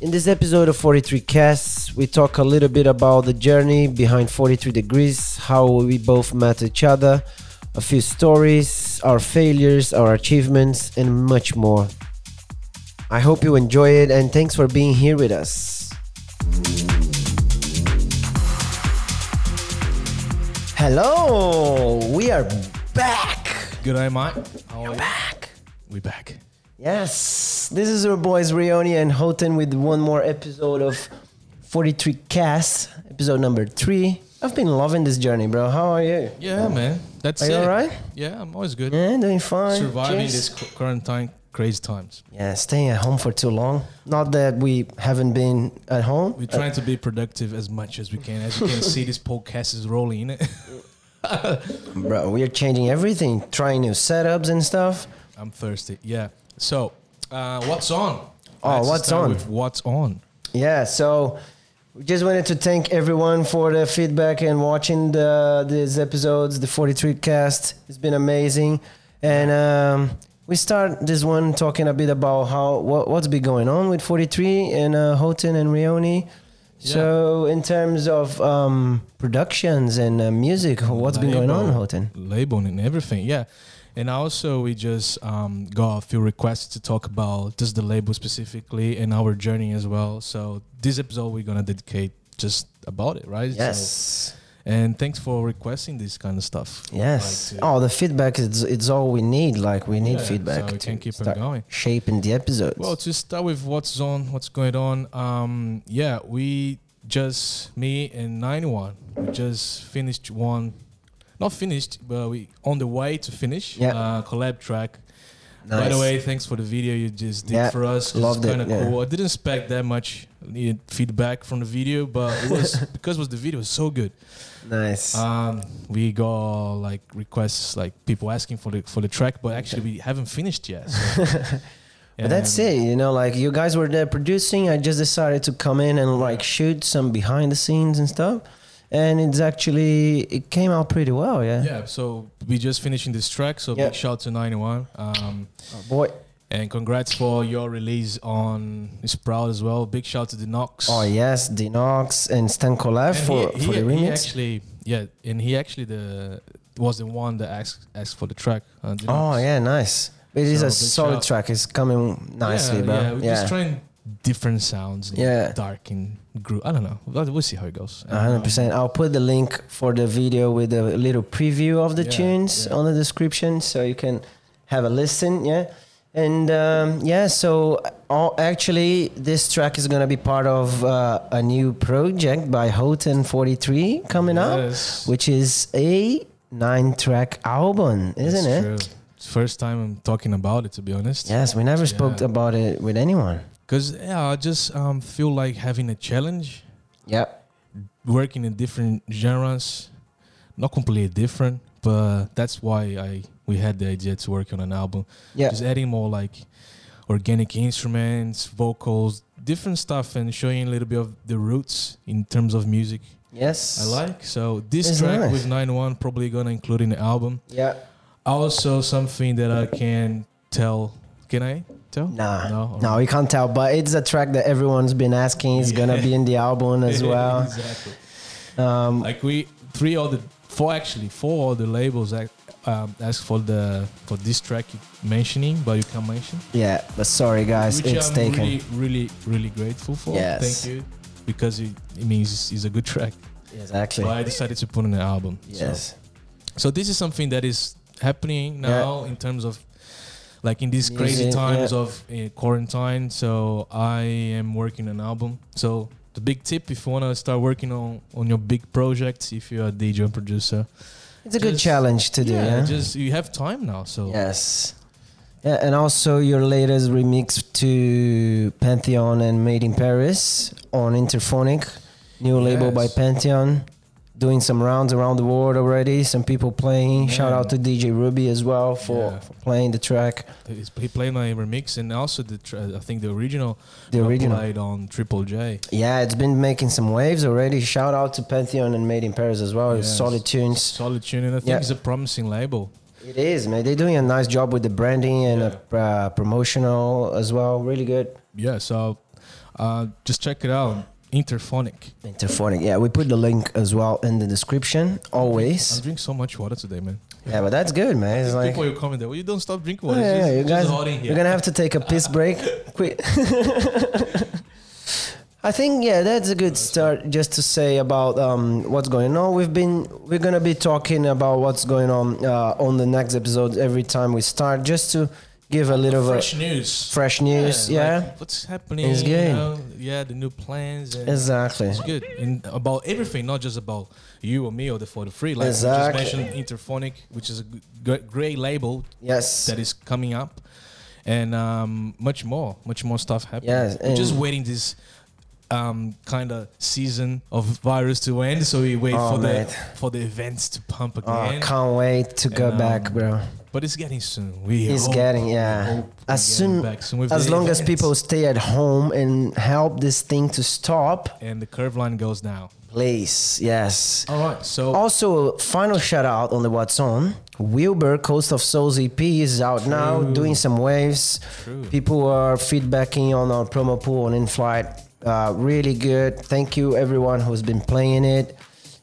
In this episode of 43 Casts, we talk a little bit about the journey behind 43 Degrees, how we both met each other, a few stories, our failures, our achievements, and much more. I hope you enjoy it and thanks for being here with us. Hello, we are back. Good day, mate. How are you? Back. We back. Yes, this is your boys Rioni and Houghton with one more episode of 43 Cast, episode number three. I've been loving this journey, bro. How are you? Yeah, man. That's Are you it. alright? Yeah, I'm always good. Yeah, doing fine. Surviving Cheers. this cu- quarantine crazy times. Yeah, staying at home for too long. Not that we haven't been at home. We're trying to be productive as much as we can. As you can see, this podcast is rolling. innit? Bro, we are changing everything, trying new setups and stuff. I'm thirsty. Yeah. So, uh, what's on? Oh, Let's what's start on? With what's on? Yeah, so we just wanted to thank everyone for the feedback and watching the these episodes, the 43 cast. It's been amazing. And um, we start this one talking a bit about how what, what's been going on with 43 and uh, Houghton and Rioni. So in terms of um, productions and uh, music, what's been going on, Label. Houghton? Labeling and everything. Yeah. And also, we just um, got a few requests to talk about just the label specifically and our journey as well. So, this episode, we're going to dedicate just about it, right? So- Yes. and thanks for requesting this kind of stuff. Yes. Like to- oh, the feedback is it's all we need. Like we need Yeah, feedback so we to can keep on start going. shaping the episodes. Well, to start with, what's on, what's going on? Um, yeah, we just me and ninety one. We just finished one, not finished, but we on the way to finish. Yeah. Uh, collab track. By the Nice. way, thanks for the video you just did Yeah, for us. loved it, kind of yeah. cool. I didn't expect that much uh, feedback from the video, but it was because it was the video was so good. Nice. Um, we got like requests, like people asking for the for the track, but actually we haven't finished yet. So. But that's it, you know, like you guys were there producing. I just decided to come in and like shoot some behind the scenes and stuff. And it's actually, it came out pretty well, yeah. Yeah, so we just finishing this track. So Yeah. big shout to 91. Um, Oh, boy. and congrats for your release on Sprout as well. Big shout to the Knox. Oh, yes, Dinox and Stan Kolev And he- for, he, for the he remix. actually, yeah, and he actually the was the one that asked asked for the track. Uh, the Oh, Knox. yeah, nice. It is So, a big solid shout. track. It's coming nicely, yeah, bro. Yeah, we're yeah. just trying different sounds. Yeah. dark and groove. I don't know. We'll we'll see how it goes. And, um, 100%. I'll put the link for the video with a little preview of the Yeah, tunes yeah. on the description so you can have a listen. Yeah. And um, yeah, so all, actually, this track is going to be part of uh, a new project by Houghton43 coming up, Yes. which is a nine track album, isn't it? It's true. It's First time I'm talking about it, to be honest. Yes, we never spoke Yeah. about it with anyone. Because yeah, I just um, feel like having a challenge, Yep. working in different genres, not completely different, but that's why I we had the idea to work on an album. Yeah. Just adding more like organic instruments, vocals, different stuff, and showing a little bit of the roots in terms of music Yes. I like. So this It's track nice. with Nine One probably gonna include in the album. Yeah. Also, something that I can tell. Can I tell? Nah, No. no, you can't tell. But it's a track that everyone's been asking. It's gonna be in the album as well. exactly. Um, like we three other four actually four other labels ac- um, ask for the for this track you mentioning but you can't mention yeah, but sorry guys, which it's i'm taken. really really really grateful for Yes. thank you because it, it means it's, it's a good track exactly. but i decided to put on an album So- Yes. so, this is something that is happening now in terms of like in these crazy Music, times yeah. of uh, quarantine so i am working an album so the big tip if you want to start working on on your big projects if you're a dj and producer It's a good Just- challenge to do. Yeah. just you have time now, so yes. Yeah, and also your latest remix to Pantheon and Made in Paris on Interphonic, new label by Yes. Pantheon. Doing some rounds around the world already. Some people playing. Shout out to DJ Ruby as well for, Yeah. for playing the track. he's- he played my remix and also the tr- I think the original The got original. played on Triple J. Yeah, it's been making some waves already. Shout out to Pantheon and Made in Paris as well. Yes. Solid tunes. Solid tune, and I think Yeah. it's a promising label. It is, man. They're doing a nice job with the branding and uh uh, promotional as well. Really good. Yeah, so Uh, just check it out. Interphonic. Interphonic. Yeah, we put the link as well in the description. I Always. drink so much water today, man. Yeah, but that's good, man. It's like People will comment that well, you don't stop drinking Yeah, water. it's Oh, yeah, just, you it's guys, just hot in you're here. gonna have to take a piss break. Quick. I think yeah, that's a good start. Just to say about um, what's going on. We've been we're gonna be talking about what's going on uh, on the next episode every time we start, just to give a little Fresh of a news. fresh news. Yeah, like, what's happening? It's good. You know? Yeah, the new plans. And exactly. It's good. And about everything, not just about you or me or the 43. Like Exactly. we just mentioned Interphonic, which is a g- gr- great label Yes. that is coming up. And um, much more, much more stuff happening. Yes, We're just and- waiting this um, kind of season of virus to end. So we wait Oh, for mate. the for the events to pump Oh, again. can't wait to go And, back, um, bro. but it's getting soon. We It's hope- getting we yeah. hope we're As getting soon back soon with as the long as events. people stay at home and help this thing to stop, And the curve line goes down. please. Yes. All right. So Also, final shout out on the What's On. Wilbur Coast of Souls EP is out now, doing some waves. True. People are feedbacking on our promo pool on in flight. Uh, really good. Thank you, everyone who's been playing it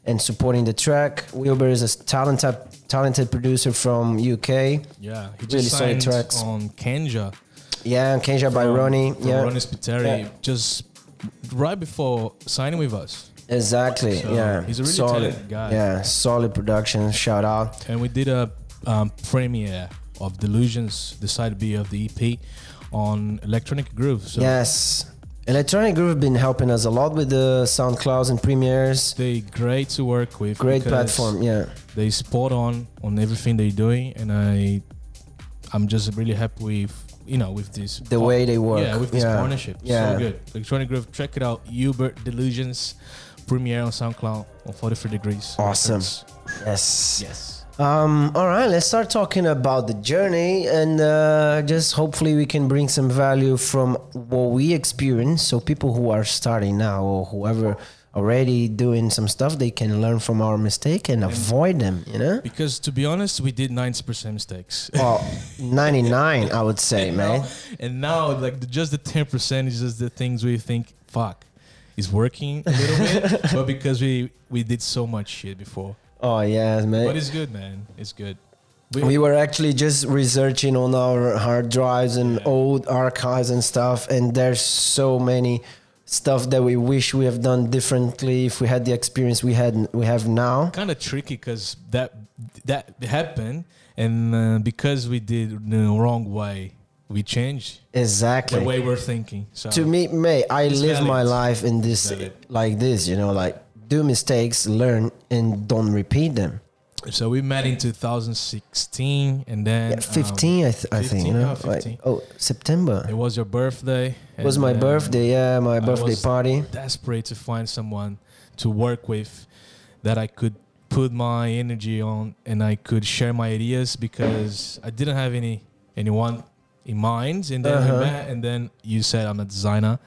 and supporting the track. Wilbur is a talented, talented producer from UK. Yeah, he Really just solid signed tracks. on Kenja. Yeah, Kenja by Ronnie. from Yeah, Ronnie Spiteri, Yeah. just right before signing with us, exactly. So, yeah, he's a really talented guy. Yeah, solid production. Shout out. and we did a um, premiere of Delusions, the side B of the EP, on Electronic Groove. So Yes. Electronic Groove been helping us a lot with the SoundClouds and premieres. they great to work with. Great because platform, yeah. They spot on on everything they're doing, and I, I'm just really happy with you know with this The way they work. Yeah, with this yeah. partnership. Yeah. So good. Electronic Groove, check it out. Hubert Delusions, premiere on SoundCloud on 43 Degrees. Awesome. Records. Yes. Yes. Um, all right, let's start talking about the journey and uh, just hopefully we can bring some value from what we experience. So people who are starting now or whoever already doing some stuff, they can learn from our mistake and avoid them, you know? Because to be honest, we did 90% mistakes. Well, 99, I would say, man. and now, like, the, just the 10% is just the things we think, fuck, it's working a little bit. But because we, we did so much shit before. Oh, yeah, man. But it's good, man. It's good. We, we were actually just researching on our hard drives and Yeah. old archives and stuff and there's so many stuff that we wish we have done differently if we had the experience we had we have now kind of tricky because that that happened, and uh, because we did it the wrong way, we changed the exactly way we're thinking. So to me may i It's live my valid. life in this Valid. like this you know like do mistakes learn and don't repeat them so we met in 2016, and then yeah, um, 15 I, th- I think 15, you know yeah, like, 15. oh september um, it was your birthday. uh, it was my birthday yeah my birthday was- party Desperate to find someone to work with that I could put my energy on, and I could share my ideas because I didn't have any anyone in mind. And then we Uh-huh. met, and then you said I'm a designer.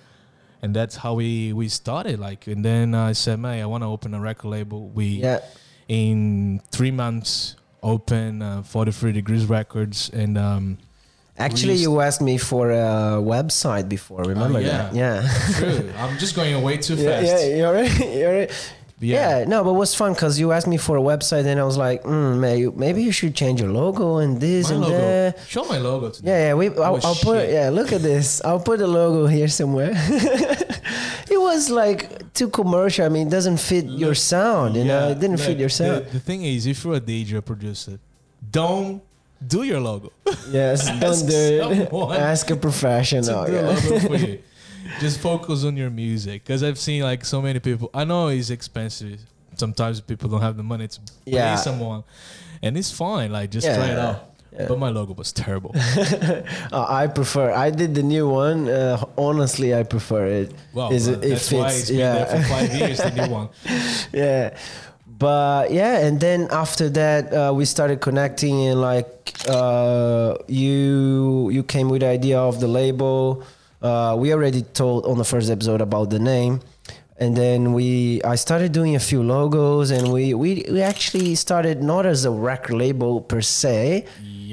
And that's how we, we started. Like, and then I said, "Man, I want to open a record label." We yeah in three months open uh, 43 degrees records and um Actually, used- you asked me for a website before. Remember Oh, yeah. that? Yeah. true i'm just going away too yeah, fast yeah, you're right, you're right. Yeah. no, but it was fun because you asked me for a website, and I was like, mm, may- you- maybe you should change your logo and this my and logo that. show my logo today Yeah, yeah, we. I'll, was I'll put. shit. Yeah, look at this. I'll put the logo here somewhere. it was like too commercial. I mean, it doesn't fit your sound. You know, it didn't like, fit your sound. the, the thing is if you're a dj producer don't do your logo yes, don't Ask do someone it. Ask a to professional. do a yeah. logo for you just focus on your music because i've seen like so many people i know it's expensive sometimes people don't have the money to Yeah. pay someone and it's fine like just Yeah. try it out but my logo was terrible Uh, I prefer. I did the new one. Uh, honestly, I prefer it. Wow, Is well, it- that's why it's been there for five years. The new one. yeah. But yeah, and then after that, uh, we started connecting, and like uh, you, you came with the idea of the label. Uh, we already told on the first episode about the name, and then we, I started doing a few logos, and we, we, we actually started not as a record label per se, It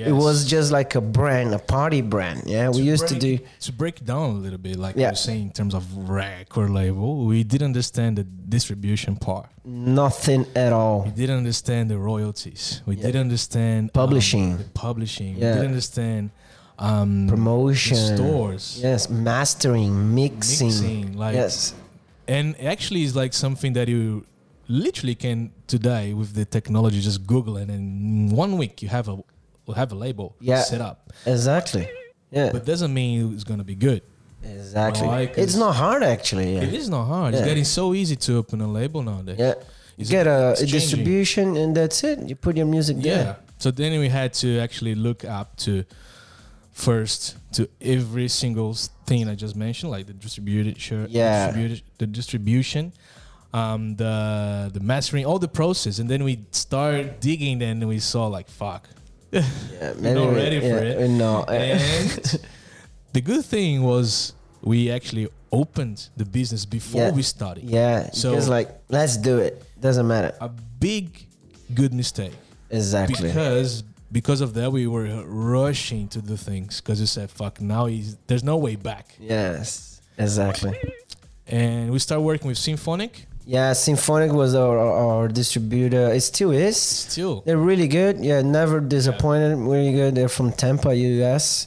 Yes. was just like a brand, a party brand. Yeah, we used to do. break- to break down a little bit, like Yeah. you're saying in terms of record label, we didn't understand the distribution part. Nothing at all. We didn't understand the royalties. We Yeah. didn't understand um, Publishing. the publishing. Yeah. We didn't understand um, the Promotion. stores. Yes, mastering, mixing. Mixing, like- yes, And actually, it's like something that you literally can today with the technology. Just Google it, and in one week you have a will have a label Yeah. set up. exactly. Yeah, But doesn't mean it's gonna be good. exactly. I like it's it. not hard actually. Yeah, It is not hard. Yeah. It's getting so easy to open a label nowadays. yeah. You It's- get a, it's a changing. distribution and that's it. You put your music Yeah. there. So then we had to actually look up to first to every single thing I just mentioned, like the distributed shirt, Yeah. distributed, the distribution, um, the the mastering, all the process, and then we started digging, and we saw like fuck, Yeah, we're not ready yeah, for it. we're not. And the good thing was we actually opened the business before Yeah. we started. yeah, So- just like let's do it. Doesn't matter. A big good mistake. Exactly. because because of that we were rushing to do things because you said fuck now he's, there's no way back yes, exactly. and we start working with symphonic Yeah, Symphonic was our, our, our distributor. It still is. still They're really good. Yeah, never disappointed. Really good. They're from Tampa, U.S.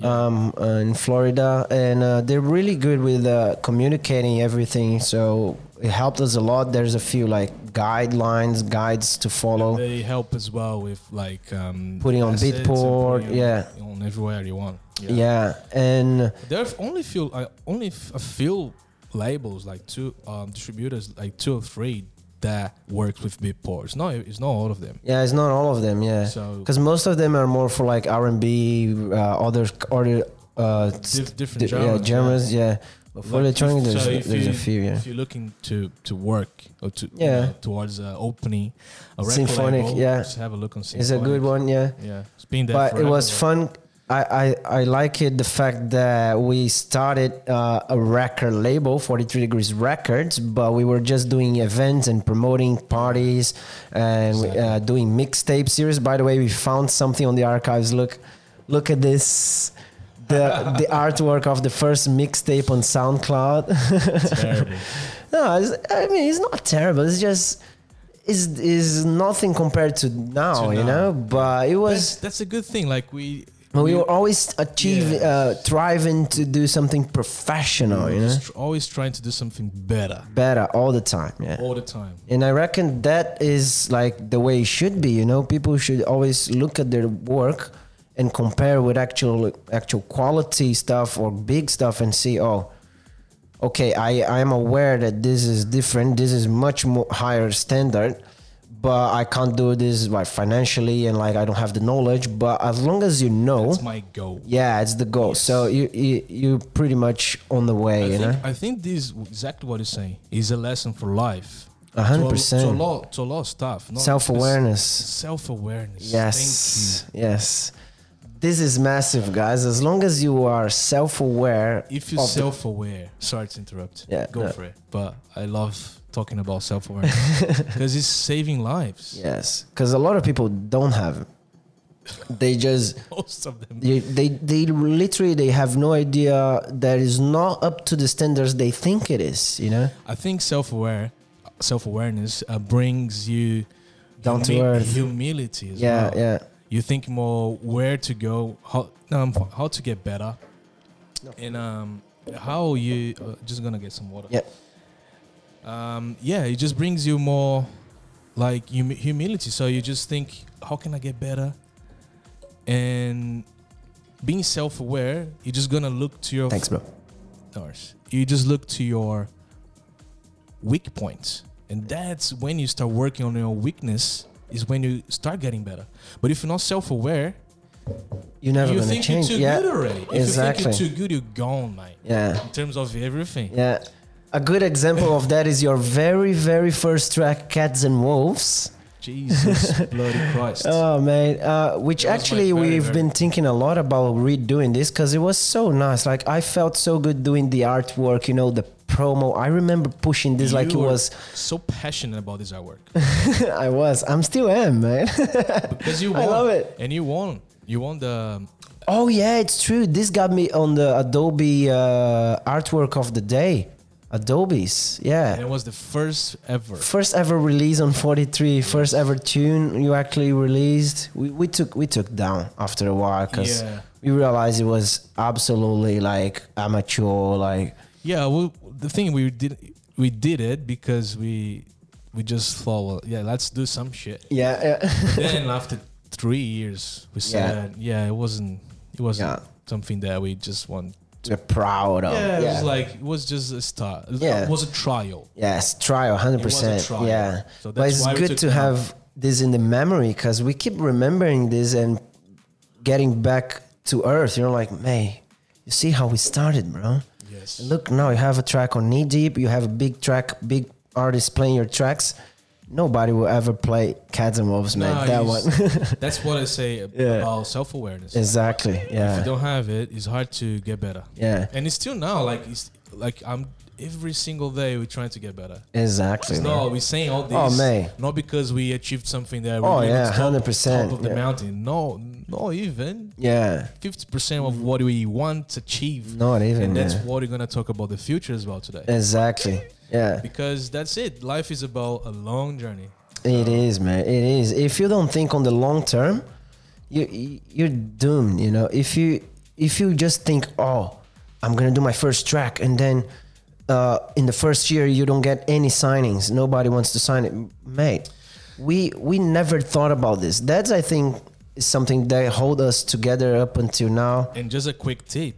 Um, uh, in Florida, and uh, they're really good with uh, communicating everything. So it helped us a lot. There's a few like guidelines, guides to follow. they help as well with like um, Putting on assets and Beatport, putting yeah. on everywhere you want Yeah, and there are only few uh, only f- a few labels like two um, distributors like two or three that works with Beatport it's not it's not all of them yeah, it's not all of them. Yeah, so because most of them are more for like R&B, uh, other other uh, dif- different di- yeah, genres, genres. Yeah, but for Like, electronic, if- there's, so if there's you- a few. Yeah. If you're looking to to work or to yeah Yeah. towards uh, opening a record Symphonic, label, yeah. just have a look on Symphonic. It's a good one, yeah. Yeah, it's been there. But it forever, was right? fun. I, I, I like it the fact that we started uh, a record label, 43 Degrees Records, but we were just doing events and promoting parties and uh, Exactly. doing mixtape series. By the way, we found something on the archives. Look, look at this. The, the artwork of the first mixtape on SoundCloud. Terrible. no, it's, I mean it's not terrible. It's just is is nothing compared to now, To you now. know. But it was that's, that's a good thing. Like we but we were always achieving, Yeah. uh, striving to do something professional, you know, just always trying to do something better better all the time. Yeah. all the time. And I reckon that is like the way it should be, you know. People should always look at their work and compare with actual actual quality stuff or big stuff and see, oh, okay, I I am aware that this is different. This is much more higher standard, but I can't do this like financially and like I don't have the knowledge. But as long as you know, That's my goal. yeah, it's the goal. So you, you you're pretty much on the way, I you think, know. I think this is exactly what you're saying is a lesson for life. A hundred To a- percent. To a lot, to a lot of stuff. not- Self awareness. Self awareness. Yes, yes. This is massive, guys. As long as you are self-aware, if you're of the- self-aware sorry to interrupt Yeah, go no. for it but i love talking about self-awareness because it's saving lives yes, because a lot of people don't have. it. They just most of them they, they they literally they have no idea that is not up to the standards they think it is. You know, i think self-aware self-awareness uh, brings you Down to earth. humility as yeah, well yeah. you think more where to go how um, how to get better and um how you uh, just gonna get some water Yeah. um yeah it just brings you more like hum- humility so you just think how can i get better and being self-aware you're just gonna look to your Thanks, bro. dollars. You just look to your weak points, and that's when you start working on your weakness. Is when you start getting better. But if you're not self-aware, You're never you gonna think change. you're too yeah, good already. If exactly. you think you're too good, you're gone, mate. yeah. In terms of everything. Yeah. A good example of that is your very, very first track, Cats and Wolves. Jesus bloody Christ. Oh, man. Uh, which That was my actually, very, we've very- been thinking a lot about redoing this because it was so nice. Like, I felt so good doing the artwork, you know, the promo. I remember pushing this like it You were was. so passionate about this artwork I was. I'm still am, man. because you I won. love it. And you won. You want the Oh yeah, it's true. This got me on the Adobe uh, artwork of the day. Adobe's, and yeah. it was the first ever. First ever release on 43, first ever tune you actually released. We, we took we took down after a while because Yeah. we realized it was absolutely like amateur, like Yeah, well, the thing we did we did it because we we just thought, well, yeah, let's do some shit. yeah, yeah. then after three years, we said, yeah, it wasn't it wasn't Yeah. something that we just want. we're proud of. Yeah, it was like it was just a start. Yeah. it was a trial. Yes, trial, hundred percent. trial. Yeah, So but that's it's why we good took to it out. have this in the memory because we keep remembering this and getting back to earth. You're like, May, you see how we started, bro? Yes. Look now, you have a track on Knee Deep. You have a big track, big artist playing your tracks. Nobody will ever play Cats and Wolves, man. Nah, that you one, s- that's what I say ab- Yeah. about self awareness. exactly. If you Yeah, don't have it, it's hard to get better. yeah, And it's still now, like it's like I'm every single day we're trying to get better. exactly. man. No, we're saying all this. Oh, man. Not because we achieved something that. we Oh, were yeah, top- 100%, Top of the yeah. mountain. No, not even Yeah, fifty percent of what we want to achieve. not even. and that's yeah. what we're gonna talk about the future as well today. Exactly. Yeah. Because that's it. Life is about a long journey. It is, man. It is. If you don't think on the long term, you you- you're doomed. You know, if you if you just think, oh, I'm gonna do my first track, and then uh, in the first year you don't get any signings, nobody wants to sign it, mate. We we never thought about this. That's I think is something that hold us together up until now. And just a quick tip: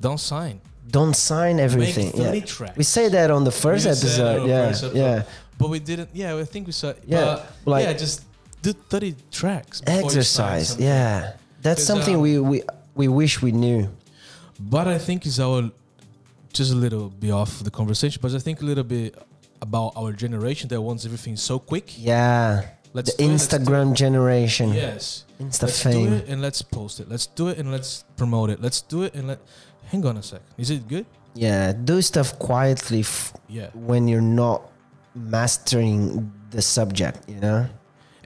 don't sign. Don't sign everything. three Yeah. tracks. We say that on the We first just said episode. on the yeah, first episode, yeah. But we didn't. Yeah, I think we saw. Yeah, Yeah, like- yeah, just do thirty tracks. before you sign Exercise. something. Yeah, that's Because, something um, we we we wish we knew. But I think is our just a little bit off the conversation, but I think a little bit about our generation that wants everything so quick. Yeah. the Let's do it, let's do it. Instagram generation. Yes. Insta let's fame. do it and let's post it. Let's do it and let's promote it. Let's do it and let hang on a sec. Is it good? Yeah. Do stuff quietly f- Yeah. when you're not mastering the subject, you know?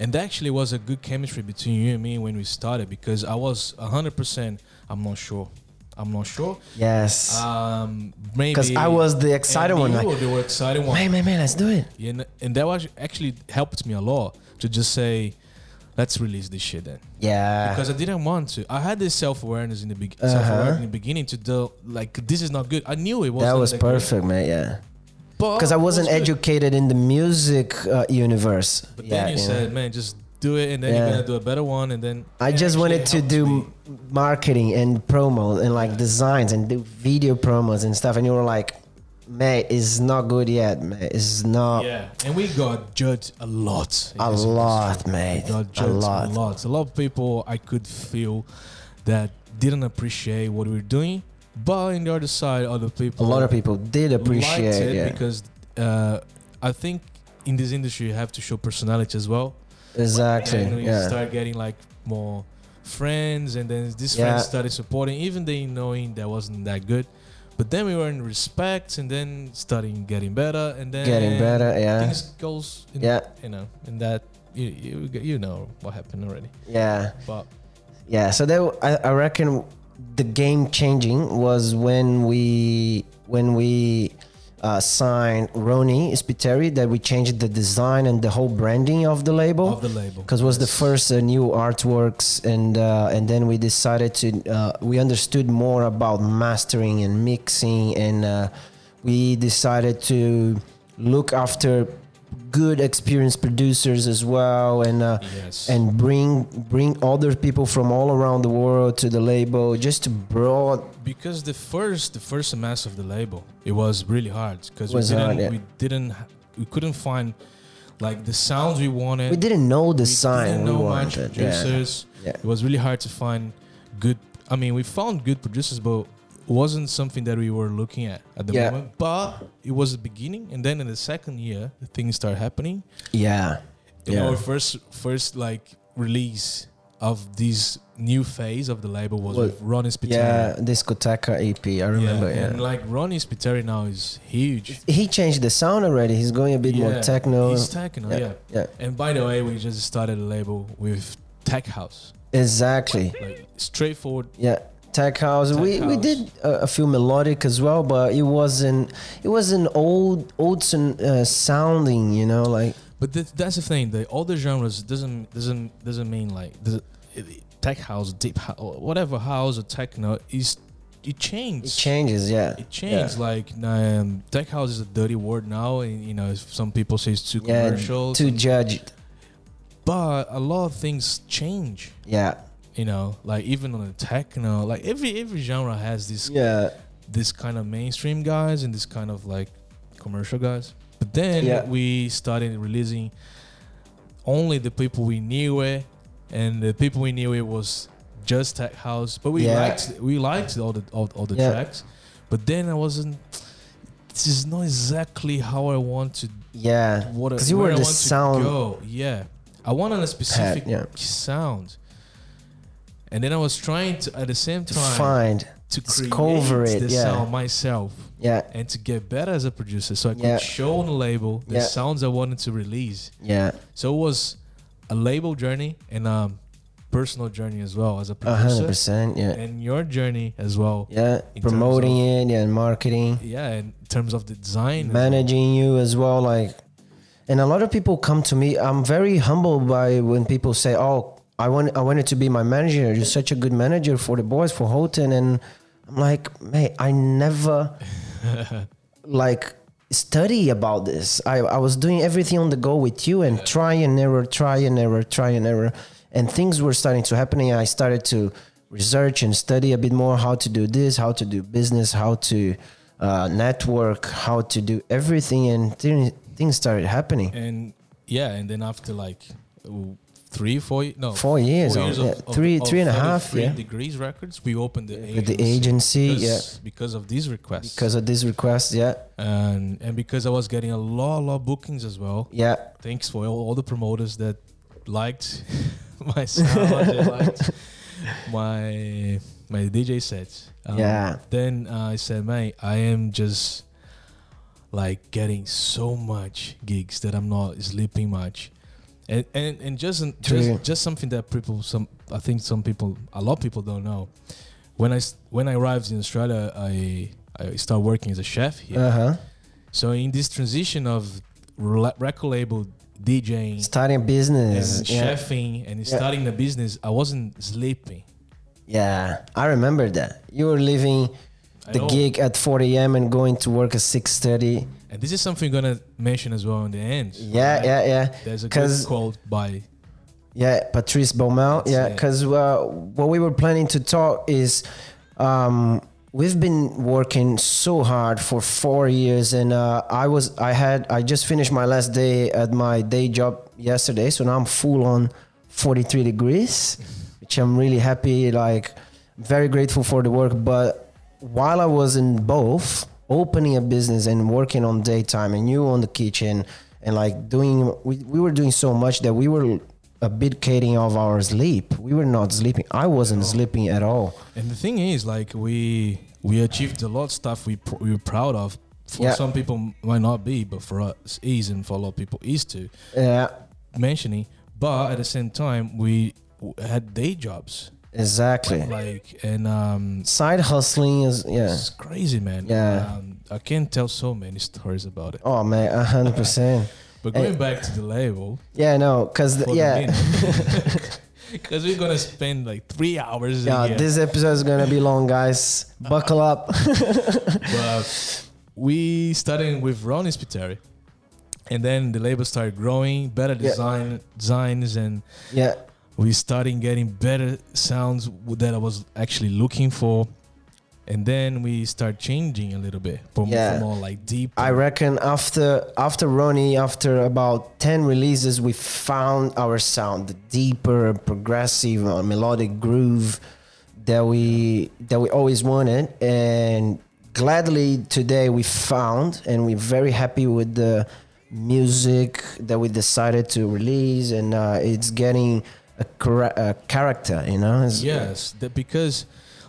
And that actually was a good chemistry between you and me when we started because I was hundred percent I'm not sure. I'm not sure. Yes. Um maybe Because I was the and excited one. you Like, were the excited one. man, man, man, let's do it. And, and that was actually helped me a lot to just say, let's release this shit then. Yeah. Because I didn't want to. I had this self awareness in the be- Uh-huh. self-aware in the beginning to do like this is not good. I knew it was that was perfect, man. Yeah. Oh, Because I wasn't educated in the music uh, universe. But yeah, then you know? said, man, just do it, and then Yeah. you're gonna do a better one, and then I It just actually wanted to helped do me. m- marketing and promo and like designs and do video promos and stuff. And you were like, mate, it's not good yet, mate. It's not Yeah, and we got judged a lot. in a this industry. lot, mate. got A judged lot. a lot. A lot of people I could feel that didn't appreciate what we were doing, but on the other side, other A people lot of people did liked appreciate it it. because uh, I think in this industry you have to show personality as well. And Exactly. we Yeah. start getting like more friends, and then these Yeah. friends started supporting, even they knowing that wasn't that good. But then we were in respect, and then starting getting better, and then Getting better. Yeah. Things goes, in, Yeah. you know, in that you, you you know what happened already. Yeah. But Yeah, so that I, I reckon the game changing was when we when we uh, signed Roni Spiteri that we changed the design and the whole branding of the label of the label, because was the first uh, new artworks and uh, and then we decided to uh, we understood more about mastering and mixing and uh, we decided to look after good experienced producers as well and uh, yes, and bring bring other people from all around the world to the label just to broad because the first the first semester of the label it was really hard because we Was didn't hard, yeah. we didn't ha- we couldn't find like the sounds we wanted. we didn't know the We sign didn't we know much wanted yeah. producers. Yeah. It was really hard to find good. I mean, we found good producers, but it wasn't something that we were looking at at the Yeah. moment. But it was the beginning, and then in the second year, the things start happening. yeah And Yeah. our first first like release of this new phase of the label was Well, with Ronnie Spiteri. yeah discoteca ep i remember yeah, and like Ronnie Spiteri now is huge. he changed the sound already he's going a bit more Yeah, techno He's techno, yeah. yeah And by the way, we just started a label with tech house, Exactly. like straightforward. Yeah. Tech house. Tech we we house. did a, a few melodic as well, but it wasn't it wasn't old old son- uh, sounding. You know, like But th- that's the thing. The all the genres doesn't doesn't doesn't mean like the, tech house, deep house, whatever house or techno is. It it changes. changes. Yeah. It changed. Like um, tech house is a dirty word now, and you know if some people say it's too Yeah. commercial. To judge. it. but a lot of things change. Yeah. You know, like even on the techno, like every every genre has this Yeah. this kind of mainstream guys and this kind of like commercial guys. But then Yeah. we started releasing only the people we knew it, and the people we knew it was just tech house. But we Yeah. liked we liked all the all, all the Yeah. tracks. But then I wasn't. This is not exactly how I want to. Yeah. What I- Because you where were I the want to sound. Go. Yeah, I wanted a specific yeah. sound. And then I was trying to at the same to time Find. to Just create cover it, the yeah. sound myself Yeah. and to get better as a producer so I could Yeah. show on the label the Yeah. sounds I wanted to release. Yeah. So it was a label journey and a personal journey as well as a A hundred producer percent. Yeah. and your journey as well. Yeah, Yeah. in terms Promoting it. Yeah. And marketing. in terms of the design. as well. managing you as well like and a lot of people come to me i'm very humbled by when people say oh i want i wanted to be my manager you're such a good manager for the boys for houghton and i'm like mate i never like study about this I, I was doing everything on the go with you and try and error try and error try and error and things were starting to happen and i started to research and study a bit more how to do this how to do business how to uh, network how to do everything and thi- things started happening And yeah, and then after like w- three, four, y- no, Four years four of- years yeah, three- three and a half, 33 yeah. degrees records. We opened the agency with the agency yeah because, because of these requests because of this request yeah and and because I was getting a lot, lot of bookings as well. yeah thanks for all, all the promoters that liked my sound, they liked my my DJ sets. Um, Yeah. Then uh, I said, mate, I am just like getting so much gigs that I'm not sleeping much. And, and, and just, True. just just something that people some I think some people a lot of people don't know. When I s- when I arrived in Australia, I I started working as a chef here. uh-huh So in this transition of rela- record label DJing starting a and business yeah. chefing and Yeah. starting the business, I wasn't sleeping. yeah i remember that you were leaving I the know. gig at 4 a.m and going to work at 6.30 And this is something I'm gonna mention as well in the end. yeah right? yeah yeah There's a good 'Cause- quote by Yeah, Patrice Beaumont. That's yeah, it. because uh, what we were planning to talk is um, we've been working so hard for four years, and uh, I was I had I just finished my last day at my day job yesterday, so now I'm full on 43 degrees, Mm-hmm. which I'm really happy. Like, very grateful for the work, but while I was in both opening a business and working on daytime and you on the kitchen and like doing we, we were doing so much that we were abdicating of our sleep we were not sleeping i wasn't sleeping at all and the thing is like we we achieved a lot of stuff we pr- we were proud of. For Yeah. some people might not be, but for us is and for a lot of people is too. yeah Mentioning, but at the same time we w- had day jobs exactly like and um side hustling is yeah It's crazy, man. Yeah. Um, I can tell so many stories about it. oh man 100% But Hey. going back to the label, yeah no because yeah because we're gonna spend like three hours. yeah here. this episode is gonna be long guys buckle up But we started with Ronnie Spiteri, and then the label started growing, better Yeah. design designs, and yeah we started getting better sounds that I was actually looking for. And then we start changing a little bit for Yeah. more like deep. I reckon after after Ronnie, after about ten releases, we found our sound, the deeper, progressive, uh, melodic groove that we that we always wanted, and gladly today we found, and we're very happy with the music that we decided to release, and uh, it's getting a, chara- a character, you know. It's- Yes, that because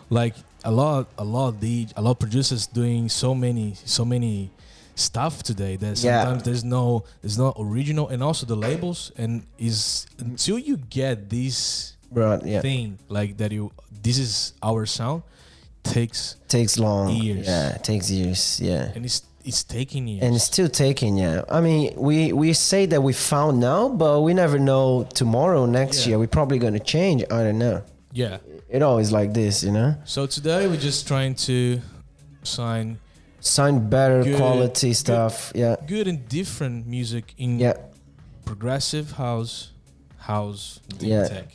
like a lot, a lot of the a lot of producers doing so many, so many stuff today that Yeah. sometimes there's no, there's not original, and also the labels, and is until you get these But yeah, thing like that you this is our sound takes takes long. Years. Yeah, takes years. Yeah. and it's it's taking years and it's still taking yeah i mean we we say that we found now but we never know tomorrow next Yeah. year we're probably going to change i don't know yeah it always like this you know so today we're just trying to sign sound better Good- quality stuff yeah good and different music in yeah progressive house house deep Yeah. tech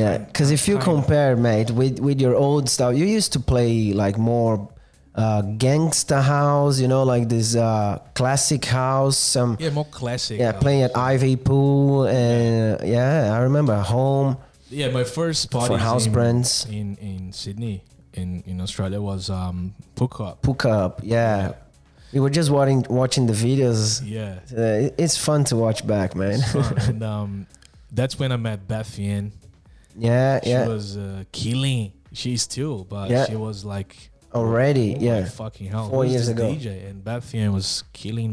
yeah because if you Kind of. compare mate with with your old stuff you used to play like more uh gangsta house you know like this uh classic house some yeah more classic uh, yeah house. playing at ivy pool and uh, yeah i remember home yeah my first party for house in, brands in in sydney in in australia was um hook up Puka up. Yeah. Yeah. We were just watching watching the videos. yeah Uh, it- it's fun to watch back, man. It's fun. and um that's when i met Bethian. yeah, she yeah. was uh, killing. She is still, but Yeah. she was like Already, oh my yeah. fucking hell. Four who's years this ago. DJ and Bathian was killing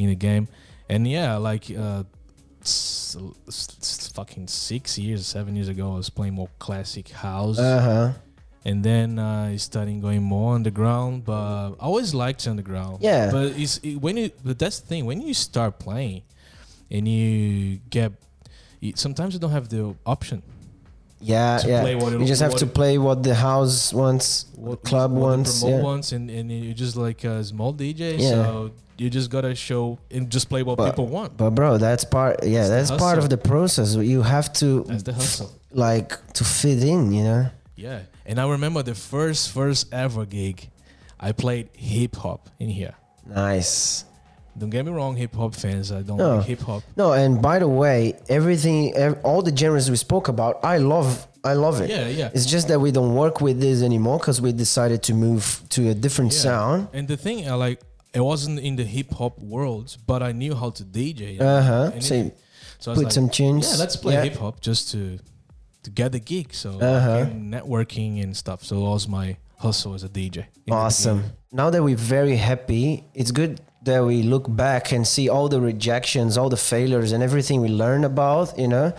in the game, and yeah, like uh, s- s- s- fucking six years, seven years ago, I was playing more classic house, Uh huh. and then uh, I started going more underground. But I always liked underground. Yeah. but it's it, when you. But that's the thing when you start playing, and you get. you- Sometimes you don't have the option. Yeah, To yeah. play what it- you just have what to it- play what the house wants, what club what wants. the promote Yeah. wants, and, and you're just like a small DJ, Yeah. so you just gotta show and just play what But- people want. But bro, that's part. Yeah, It's the that's part of hustle. the process. You have to That's the hustle. like to fit in. You know. Yeah, and I remember the first first ever gig, I played hip hop in here. Nice. Don't get me wrong, hip hop fans, I don't No. like hip hop. No, and by the way, everything, ev- all the genres we spoke about, I love. I love it. Yeah, yeah. It's just that we don't work with this anymore because we decided to move to a different Yeah. sound. And the thing, I like, I wasn't in the hip hop world, but I knew how to DJ. Uh huh. And So it- you so I was put like, some tunes. Yeah, let's play Yeah. hip hop just to to get the gig. So Uh-huh. and networking and stuff. So that was my hustle as a DJ. in the Awesome. Now that we're very happy, it's good that we look back and see all the rejections, all the failures, and everything we learn about. You know,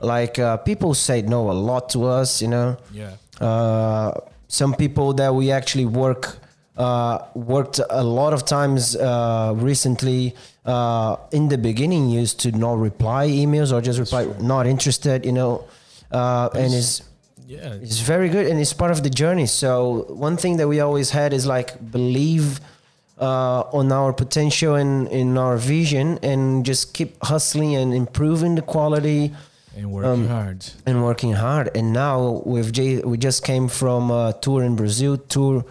like uh, people say no a lot to us. You know, beginning. Yeah. uh, some people that we actually work uh, worked a lot of times uh, recently uh, in the beginning used to not reply emails or just reply not interested you know uh, and it's Yeah. it's very good and it's part of the journey so one thing that we always had is like believe uh, on our potential and in our vision and just keep hustling and improving the quality and working um, hard. and working hard. And now we've j- we just came from a tour in Brazil, tour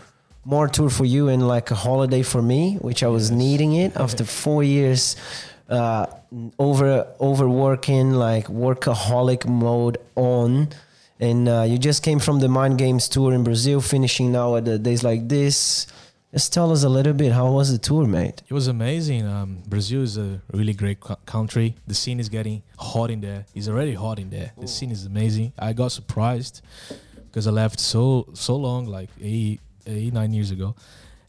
more tour for you and like a holiday for me, which I was needing it after four years uh, over overworking, like workaholic mode on. And uh, you just came from the Mind Games tour in Brazil, finishing now at the days like this. Just tell us a little bit how was the tour, mate? It was amazing. Um, Brazil is a really great co- country. The scene is getting hot in there. It's already hot in there. The scene is amazing. I got surprised because I left so so long, like eight, eight nine years ago.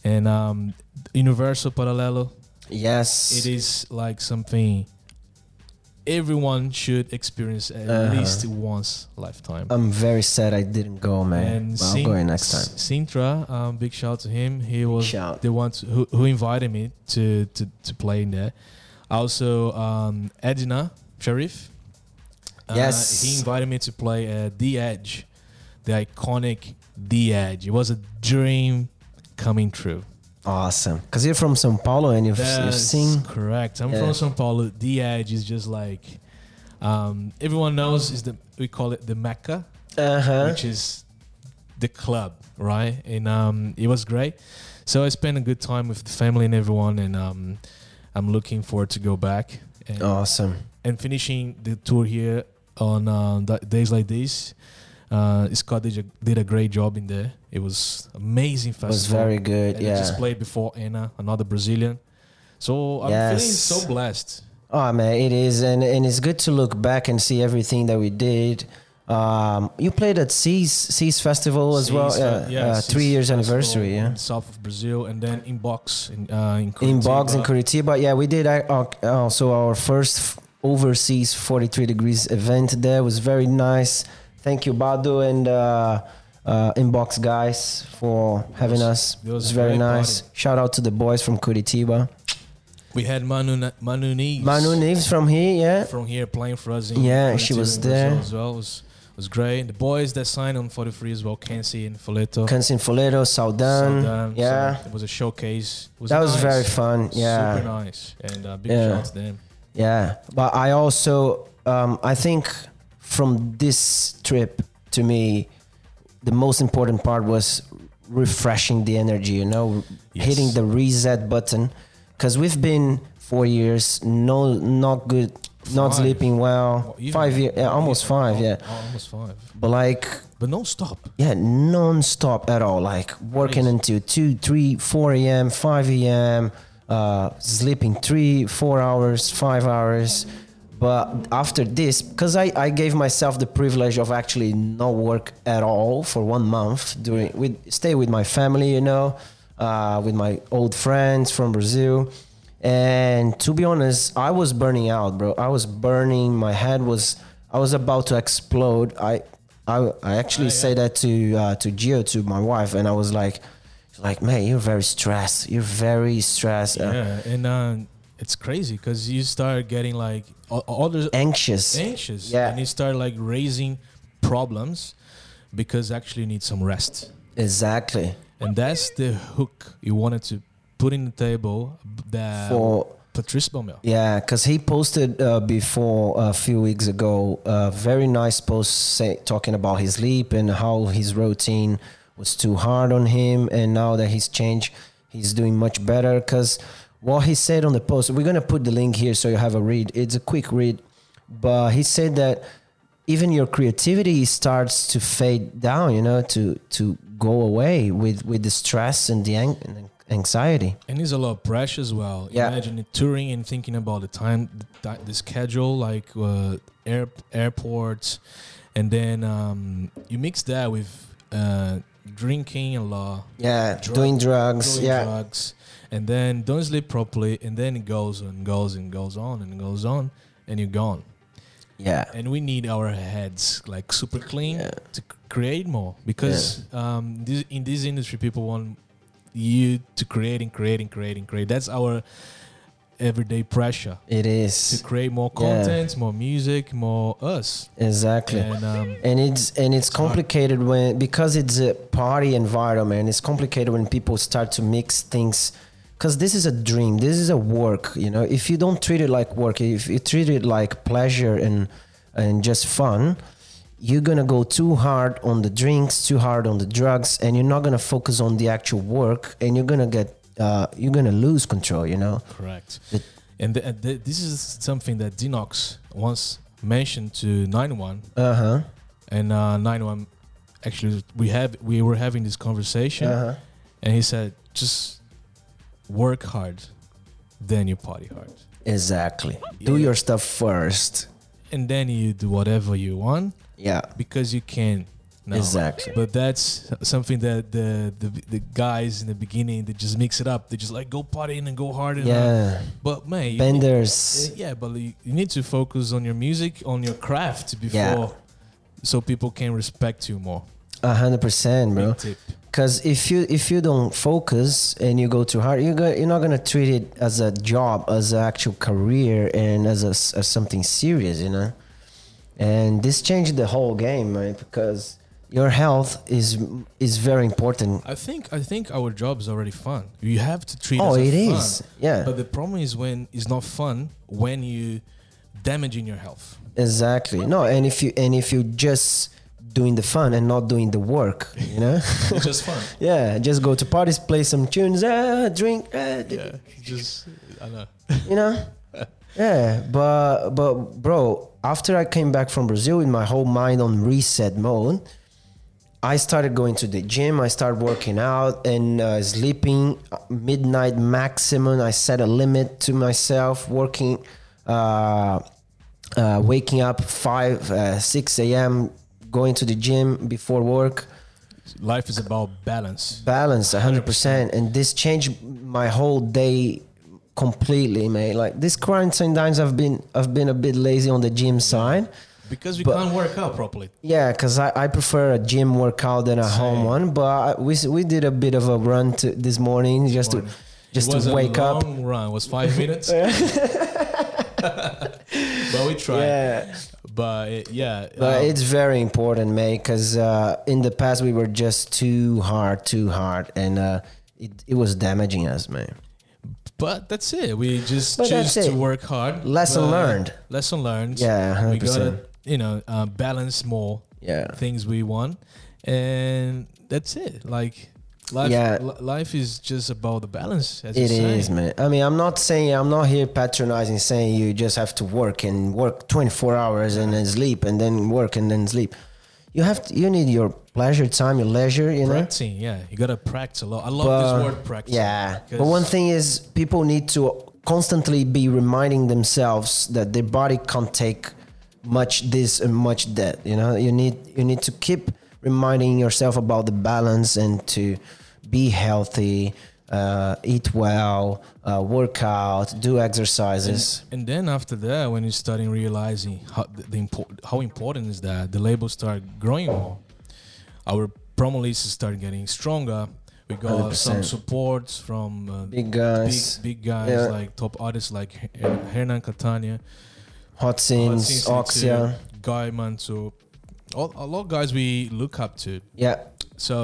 And um, Universal Paralelo, Yes, it is like something everyone should experience at Uh-huh. least once lifetime. I'm very sad I didn't go, man. And But I'll Sin- go in next time. Sintra, um, big shout to him. He was shout. the one to- who, who invited me to, to, to play in there. Also, um, Edna Sharif. Uh, Yes. He invited me to play at The Edge, the iconic The Edge. It was a dream coming true. Awesome, because you're from São Paulo and you've, you've That's seen correct. I'm Yeah. from Sao Paulo. The Edge is just like um, everyone knows is the we call it the Mecca Uh huh. which is the club, right? And um, it was great. So I spent a good time with the family and everyone, and um, I'm looking forward to go back and, Awesome. and finishing the tour here on uh, th- days like this. Uh, Scott did a, did a great job in there. It was amazing It festival. was very good. And I just Yeah. played before Anna, another Brazilian. So I'm Yes. feeling so blessed. Oh man, it is, and and it's good to look back and see everything that we did. Um, you played at Seas Seas Festival as well. Seas, Yeah. uh, yeah, uh, three Seas years festival anniversary. Yeah. in South of Brazil, and then in box in uh, in In Bogs and Curitiba. Curitiba. Yeah, we did. uh, uh, Also, our first f- overseas 43 degrees event there. It was very nice. Thank you, Badu and uh, uh, Inbox guys for having was- us. it was it was very great nice. party. Shout out to the boys from Curitiba. We had Manu Na- Manu Neves Manu Neves from here, yeah. from here playing for us. In Yeah, she was Curitiba in there. Brazil as well. It was it was great. The boys that signed on 43 as well, Kenzie and Folleto. Cansin Folero, Saudan. Saldan. So Yeah. it was a showcase. It that was nice. very fun. Yeah. super nice. And uh, big Yeah. shout out to them. Yeah, but I also um, I think from this trip to me, the most important part was refreshing the energy. You know, Yes. hitting the reset button because we've been four years no not good, not Five. sleeping well. Well, even- five year, yeah, almost even- five, al- yeah. almost five. But like But no stop. yeah, non-stop at all. Like working Nice. until 2, 3, 4 a.m., 5 a.m., uh, sleeping 3, 4 hours, 5 hours. But after this, because I, I gave myself the privilege of actually not work at all for one month, during with stay with my family, you know, uh, with my old friends from Brazil. And to be honest, I was burning out, bro. I was burning. My head was. I was about to explode. I, I, I actually Ah, yeah. say that to uh, to Gio, to my wife, and I was like, she's like, man, you're very stressed. You're very stressed. uh, Yeah, and uh, it's crazy because you start getting like o- o- other anxious. anxious. Yeah. and you start like raising problems because actually you need some rest, Exactly. and that's the hook you wanted to put in the table b- that For Patrice Baumel. Yeah, because he posted uh, before a few weeks ago a very nice post say, talking about his sleep and how his routine was too hard on him. And now that he's changed, he's doing much better. Because what he said on the post, we're going to put the link here so you have a read. It's a quick read. But he said that even your creativity starts to fade down, you know, to, to go away with, with the stress and the ang- and anxiety. And it's a lot of pressure as well. Yeah. Imagine it touring and thinking about the time, the, the schedule, like uh, air, airports, and then um, you mix that with uh, drinking a lot, Yeah, Drug- doing drugs. doing yeah. drugs, and then don't sleep properly, and then it goes and goes and goes on and goes on, and you're gone. Yeah. And we need our heads like super clean Yeah. to c- create more because um, this, in this industry, people want you to create and create and create and create. That's our everyday pressure It to is create more content, more music, more us. exactly, And um, and it's and it's complicated when because it's a party environment. It's complicated when people start to mix things, because this is a dream. This is a work. You know, if you don't treat it like work, if you treat it like pleasure and and just fun, you're gonna go too hard on the drinks, too hard on the drugs, and you're not gonna focus on the actual work, and you're gonna get uh, you're gonna lose control. You know. Correct. It- and th- and th- this is something that Dinox once mentioned to Nine One, Uh huh. and uh, Nine One actually we have we were having this conversation, Uh huh. and he said just work hard, then you party hard, Exactly. Do your stuff first. and then you do whatever you want Yeah. because you can. Now. Exactly. But that's something that the, the the guys in the beginning they just mix it up. They just like go party and go hard. And uh, Yeah. But man, you- Uh, Benders. yeah, but you, you need to focus on your music, on your craft before, so people can respect you more. A hundred percent, bro. Big tip. Because if you if you don't focus and you go too hard, you go, you're not gonna treat it as a job, as an actual career, and as a s as something serious, you know. And this changed the whole game, right? Because your health is is very important. I think I think our job is already fun. You have to treat. Oh, it it as a is. Fun. Yeah, But the problem is when it's not fun when you damaging your health. exactly. No, and if you and if you just doing the fun and not doing the work, you know. It's just fun. Yeah, just go to parties, play some tunes, ah, drink, ah, d- Yeah, just I know. you know. Yeah, but but bro, after I came back from Brazil with my whole mind on reset mode, I started going to the gym. I started working out and uh, sleeping uh, midnight maximum. I set a limit to myself, working, uh, uh, waking up five uh, six a.m., going to the gym before work Life is about balance. balance 100% and this changed my whole day completely, mate. Like these quarantine times, I've been I've been a bit lazy on the gym side. because we But- can't work out properly. Yeah, because I, I prefer a gym workout than a home Same. one. But I, we s- we did a bit of a run to, this morning just Morning. to just it was to wake a up. long Run it was five minutes. but we tried. Yeah, But it, yeah, but um, it's very important, mate. Because uh, in the past we were just too hard, too hard, and uh, it it was damaging us, man. but that's it. We just But choose that's to it. work hard. Lesson but- uh, learned. Lesson learned. Yeah, we 100%. gotta you know uh, balance more Yeah. things we want, and that's it. Like life, Yeah. li- life is just about the balance. As It you say. is, man. I mean, I'm not saying I'm not here patronizing, saying you just have to work and work 24 hours and then sleep and then work and then sleep. You have to, you need your pleasure time, your leisure, you know. Practicing, yeah, you gotta practice a lot. I love But- this word practice. Yeah. But because- one thing is, people need to constantly be reminding themselves that their body can't take much this and much that. You know, you need you need to keep reminding yourself about the balance and to be healthy, uh, eat well, uh, work out, do exercises. And then after that, when you're starting realizing how the, the import, how important is that, the labels start growing more. Our promo lists start getting stronger. We got 100%. some supports from uh, Big guys, big, big guys Yeah. like top artists like Her- Hernan Catania, hot scenes, Oxia. Guy Manso, all, a lot of guys we look up to. Yeah, So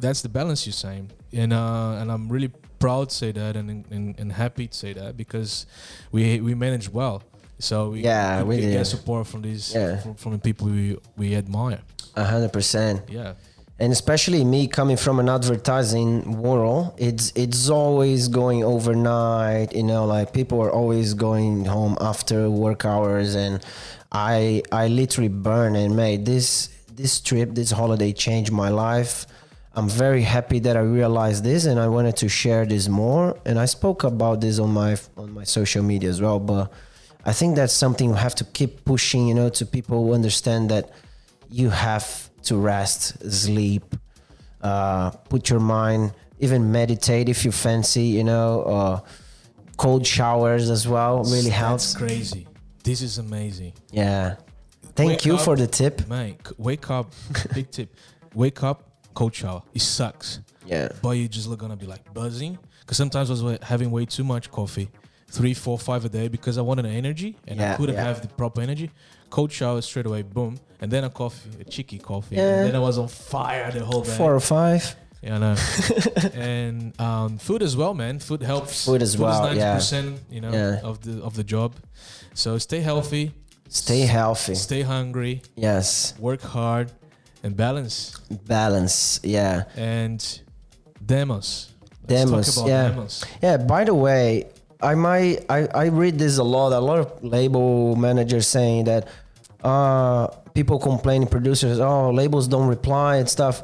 that's the balance you're saying, and uh, and I'm really proud to say that, and, and and happy to say that because we we manage well. So we Yeah, we, we get did. support from these Yeah. from, from the people we we admire. hundred percent. Yeah, and especially me coming from an advertising world it's it's always going overnight you know like people are always going home after work hours and i i literally burn and made this this trip this holiday changed my life i'm very happy that i realized this and i wanted to share this more and i spoke about this on my on my social media as well but i think that's something we have to keep pushing you know to people who understand that you have to rest, sleep, uh, put your mind, even meditate if you fancy, you know, uh, cold showers as well really That's helps. crazy. This is amazing, Yeah. Thank Wake you up. for the tip. man. c- Wake up, big tip. Wake up, cold shower. It sucks, Yeah. but you're just like gonna be like buzzing. Because sometimes I was wa- having way too much coffee, three, four, five a day, because I wanted energy and Yeah, I couldn't yeah. have the proper energy. Cold shower straight away, boom, and then a coffee, a cheeky coffee, Yeah. and then I was on fire the whole day. Four or five. Yeah, I know. and um, food as well, man. Food helps. Food as well, Is yeah. 90%, you know, Yeah. of the of the job. So stay healthy, Stay healthy. stay hungry, Yes. work hard, and balance. Balance. Yeah. And demos. Demos, yeah. demos. Yeah, by the way, I might I, I read this a lot. A lot of label managers saying that uh people complaining producers, oh labels don't reply and stuff.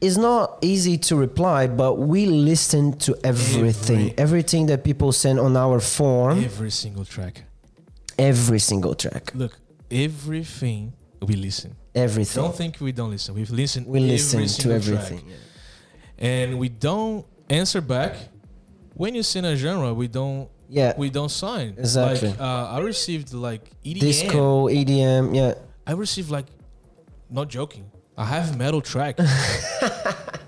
It's not easy to reply, but we listen to everything. Every- Everything that people send on our form, Every single track. every single track. Look, everything we listen. Everything. Don't think we don't listen. We've listened. we listen every to single everything. track. and we don't answer back. When you sing a genre, we don't Yeah. we don't sign. Exactly. Like, uh, I received like EDM. Disco, EDM, yeah. I received like, not joking. I have metal track,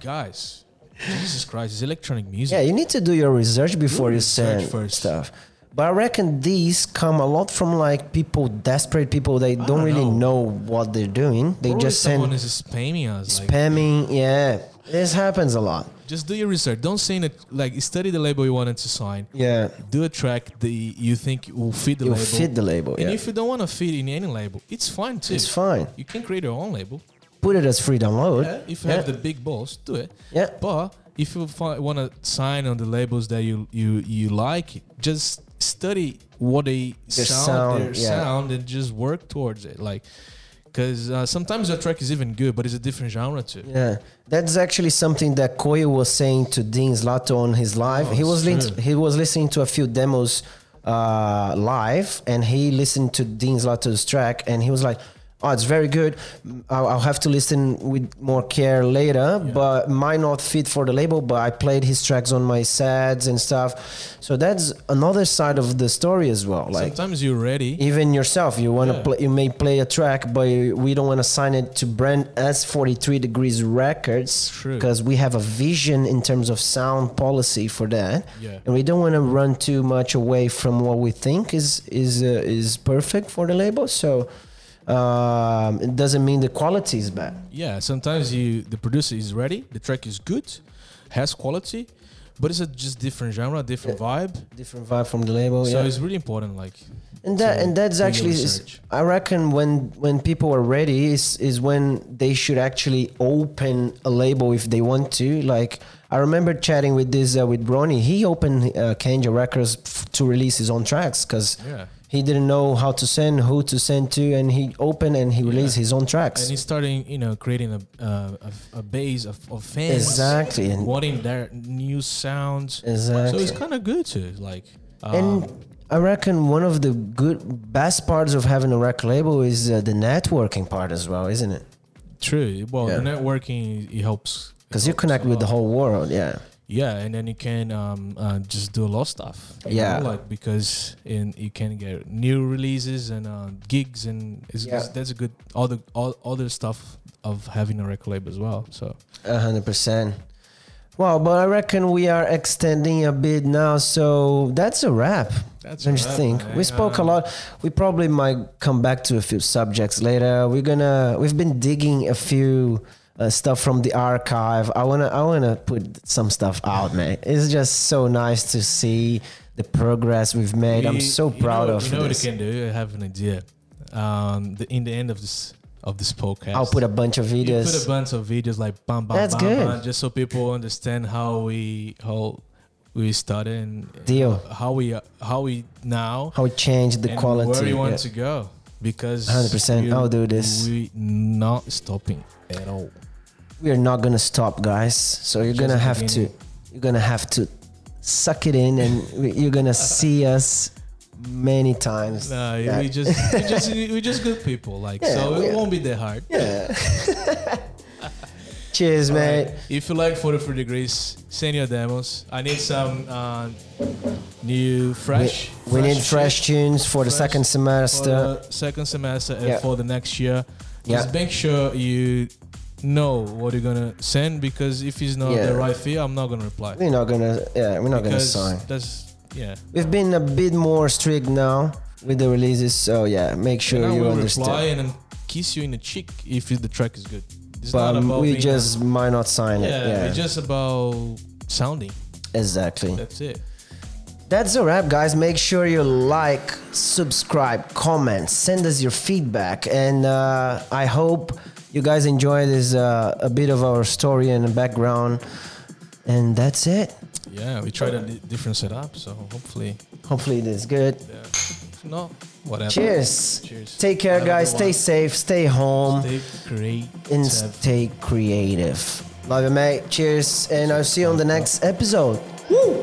guys. Jesus Christ, it's electronic music. Yeah, you need to do your research before you research send first. stuff. But I reckon these come a lot from like people, desperate people. They don't, don't really know. know. what they're doing. They Probably just someone send is spamming us. Like, spamming. Yeah, this happens a lot. just do your research. Don't sing it. Like study the label you wanted to sign. Yeah, Do a track that you think will fit the you label. fit the label. and Yeah, if you don't want to fit in any label, it's fine too. it's fine. You can create your own label. Put it as free download. Yeah, if you have the big balls, do it. yeah. But if you want to sign on the labels that you you you like, just study what they Their sound, sound, their yeah. sound, and just work towards it. Like, because uh, sometimes a track is even good, but it's a different genre too. Yeah, that's actually something that Koyo was saying to Dean Zlato on his live. Oh, he was sure. lis- he was listening to a few demos uh, live, and he listened to Dean Zlato's track, and he was like, oh, it's very good. I'll, I'll have to listen with more care later, Yeah. but might not fit for the label. But I played his tracks on my sets and stuff. So that's another side of the story as well. Like Sometimes you're ready. even yourself you want to Yeah. play you may play a track but we don't want to sign it to brand as 43 degrees records True. because we have a vision in terms of sound policy for that Yeah. and we don't want to run too much away from what we think is is uh, is perfect for the label so um, it doesn't mean the quality is bad Yeah. Sometimes you the producer is ready. The track is good, has quality, but it's a just different genre, different vibe. different vibe from the label So Oh, yeah. it's really important. Like and that to and that's do your actually is- research. I reckon when when people are ready is is when they should actually open a label if they want to. Like I remember chatting with this uh, with Bronny. He opened uh, Kanja Records f- to release his own tracks because Yeah. he didn't know how to send, who to send to, and he opened and he released his own and tracks. he's starting, you know, creating a uh, a, a base of, of fans Exactly. And, wanting their new sounds. So exactly. it's kind of good too. Like um, and I reckon one of the good best parts of having a record label is uh, the networking part as well, isn't it? true. Well, Yeah. networking it helps it Because you helps connect a with the lot. whole world, yeah. Yeah, and then you can um, uh, just do a lot of stuff. you Yeah. know, like because in you can get new releases and uh, gigs, and it's, Yeah. it's- that's a good all the all other stuff of having a record label as well. So A hundred percent. Wow, but I reckon we are extending a bit now, so that's a wrap. that's Don't you think? We spoke a lot. We probably might come back to a few subjects later. We're gonna. We've been digging a few uh, stuff from the archive. I wanna. I wanna put some stuff out, man. It's just so nice to see the progress we've made. I'm so proud you of know, You know this. what you can do? I have an idea. Um, the, in the end of this of this podcast, I'll put a bunch of you videos. put a bunch of videos like bam bam That's bam, good. bam, just so people understand how we how we started and Deal. how we how we now How it changed the and quality. where we want yeah. to go because 100%, we- I'll do this. we not stopping at all we are not gonna stop guys so you're gonna Just have beginning. to you're gonna have to suck it in and we- you're gonna see us many times no Yeah. we just we just we just good people like Yeah, so we it are. won't be that hard yeah cheers mate if you like 43 degrees send your demos i need some uh, new fresh we need shit fresh tunes for the Fresh second for semester the second semester and Yeah. for the next year just Yeah. make sure you know what you're gonna send because if it's not Yeah. the right fee i'm not gonna reply we're not gonna yeah we're not gonna because sign that's yeah we've been a bit more strict now with the releases so yeah make And sure I you will reply understand and then kiss you in the cheek if the track is good. It's but um, not about we being- just might not sign yeah, it yeah it's just about sounding. exactly That's it. That's a wrap, guys. Make sure you like, subscribe, comment, send us your feedback, and uh, I hope you guys enjoy this uh, a bit of our story and background. And that's it. Yeah, we tried a di- different setup, so hopefully, Hopefully, this is good. yeah. If not, whatever. Cheers. Cheers. Take care, Have a good guys. Stay one. safe. Stay home. Stay great. and Have- stay creative. Love you, mate. Cheers, and I'll see you on the next episode. Woo!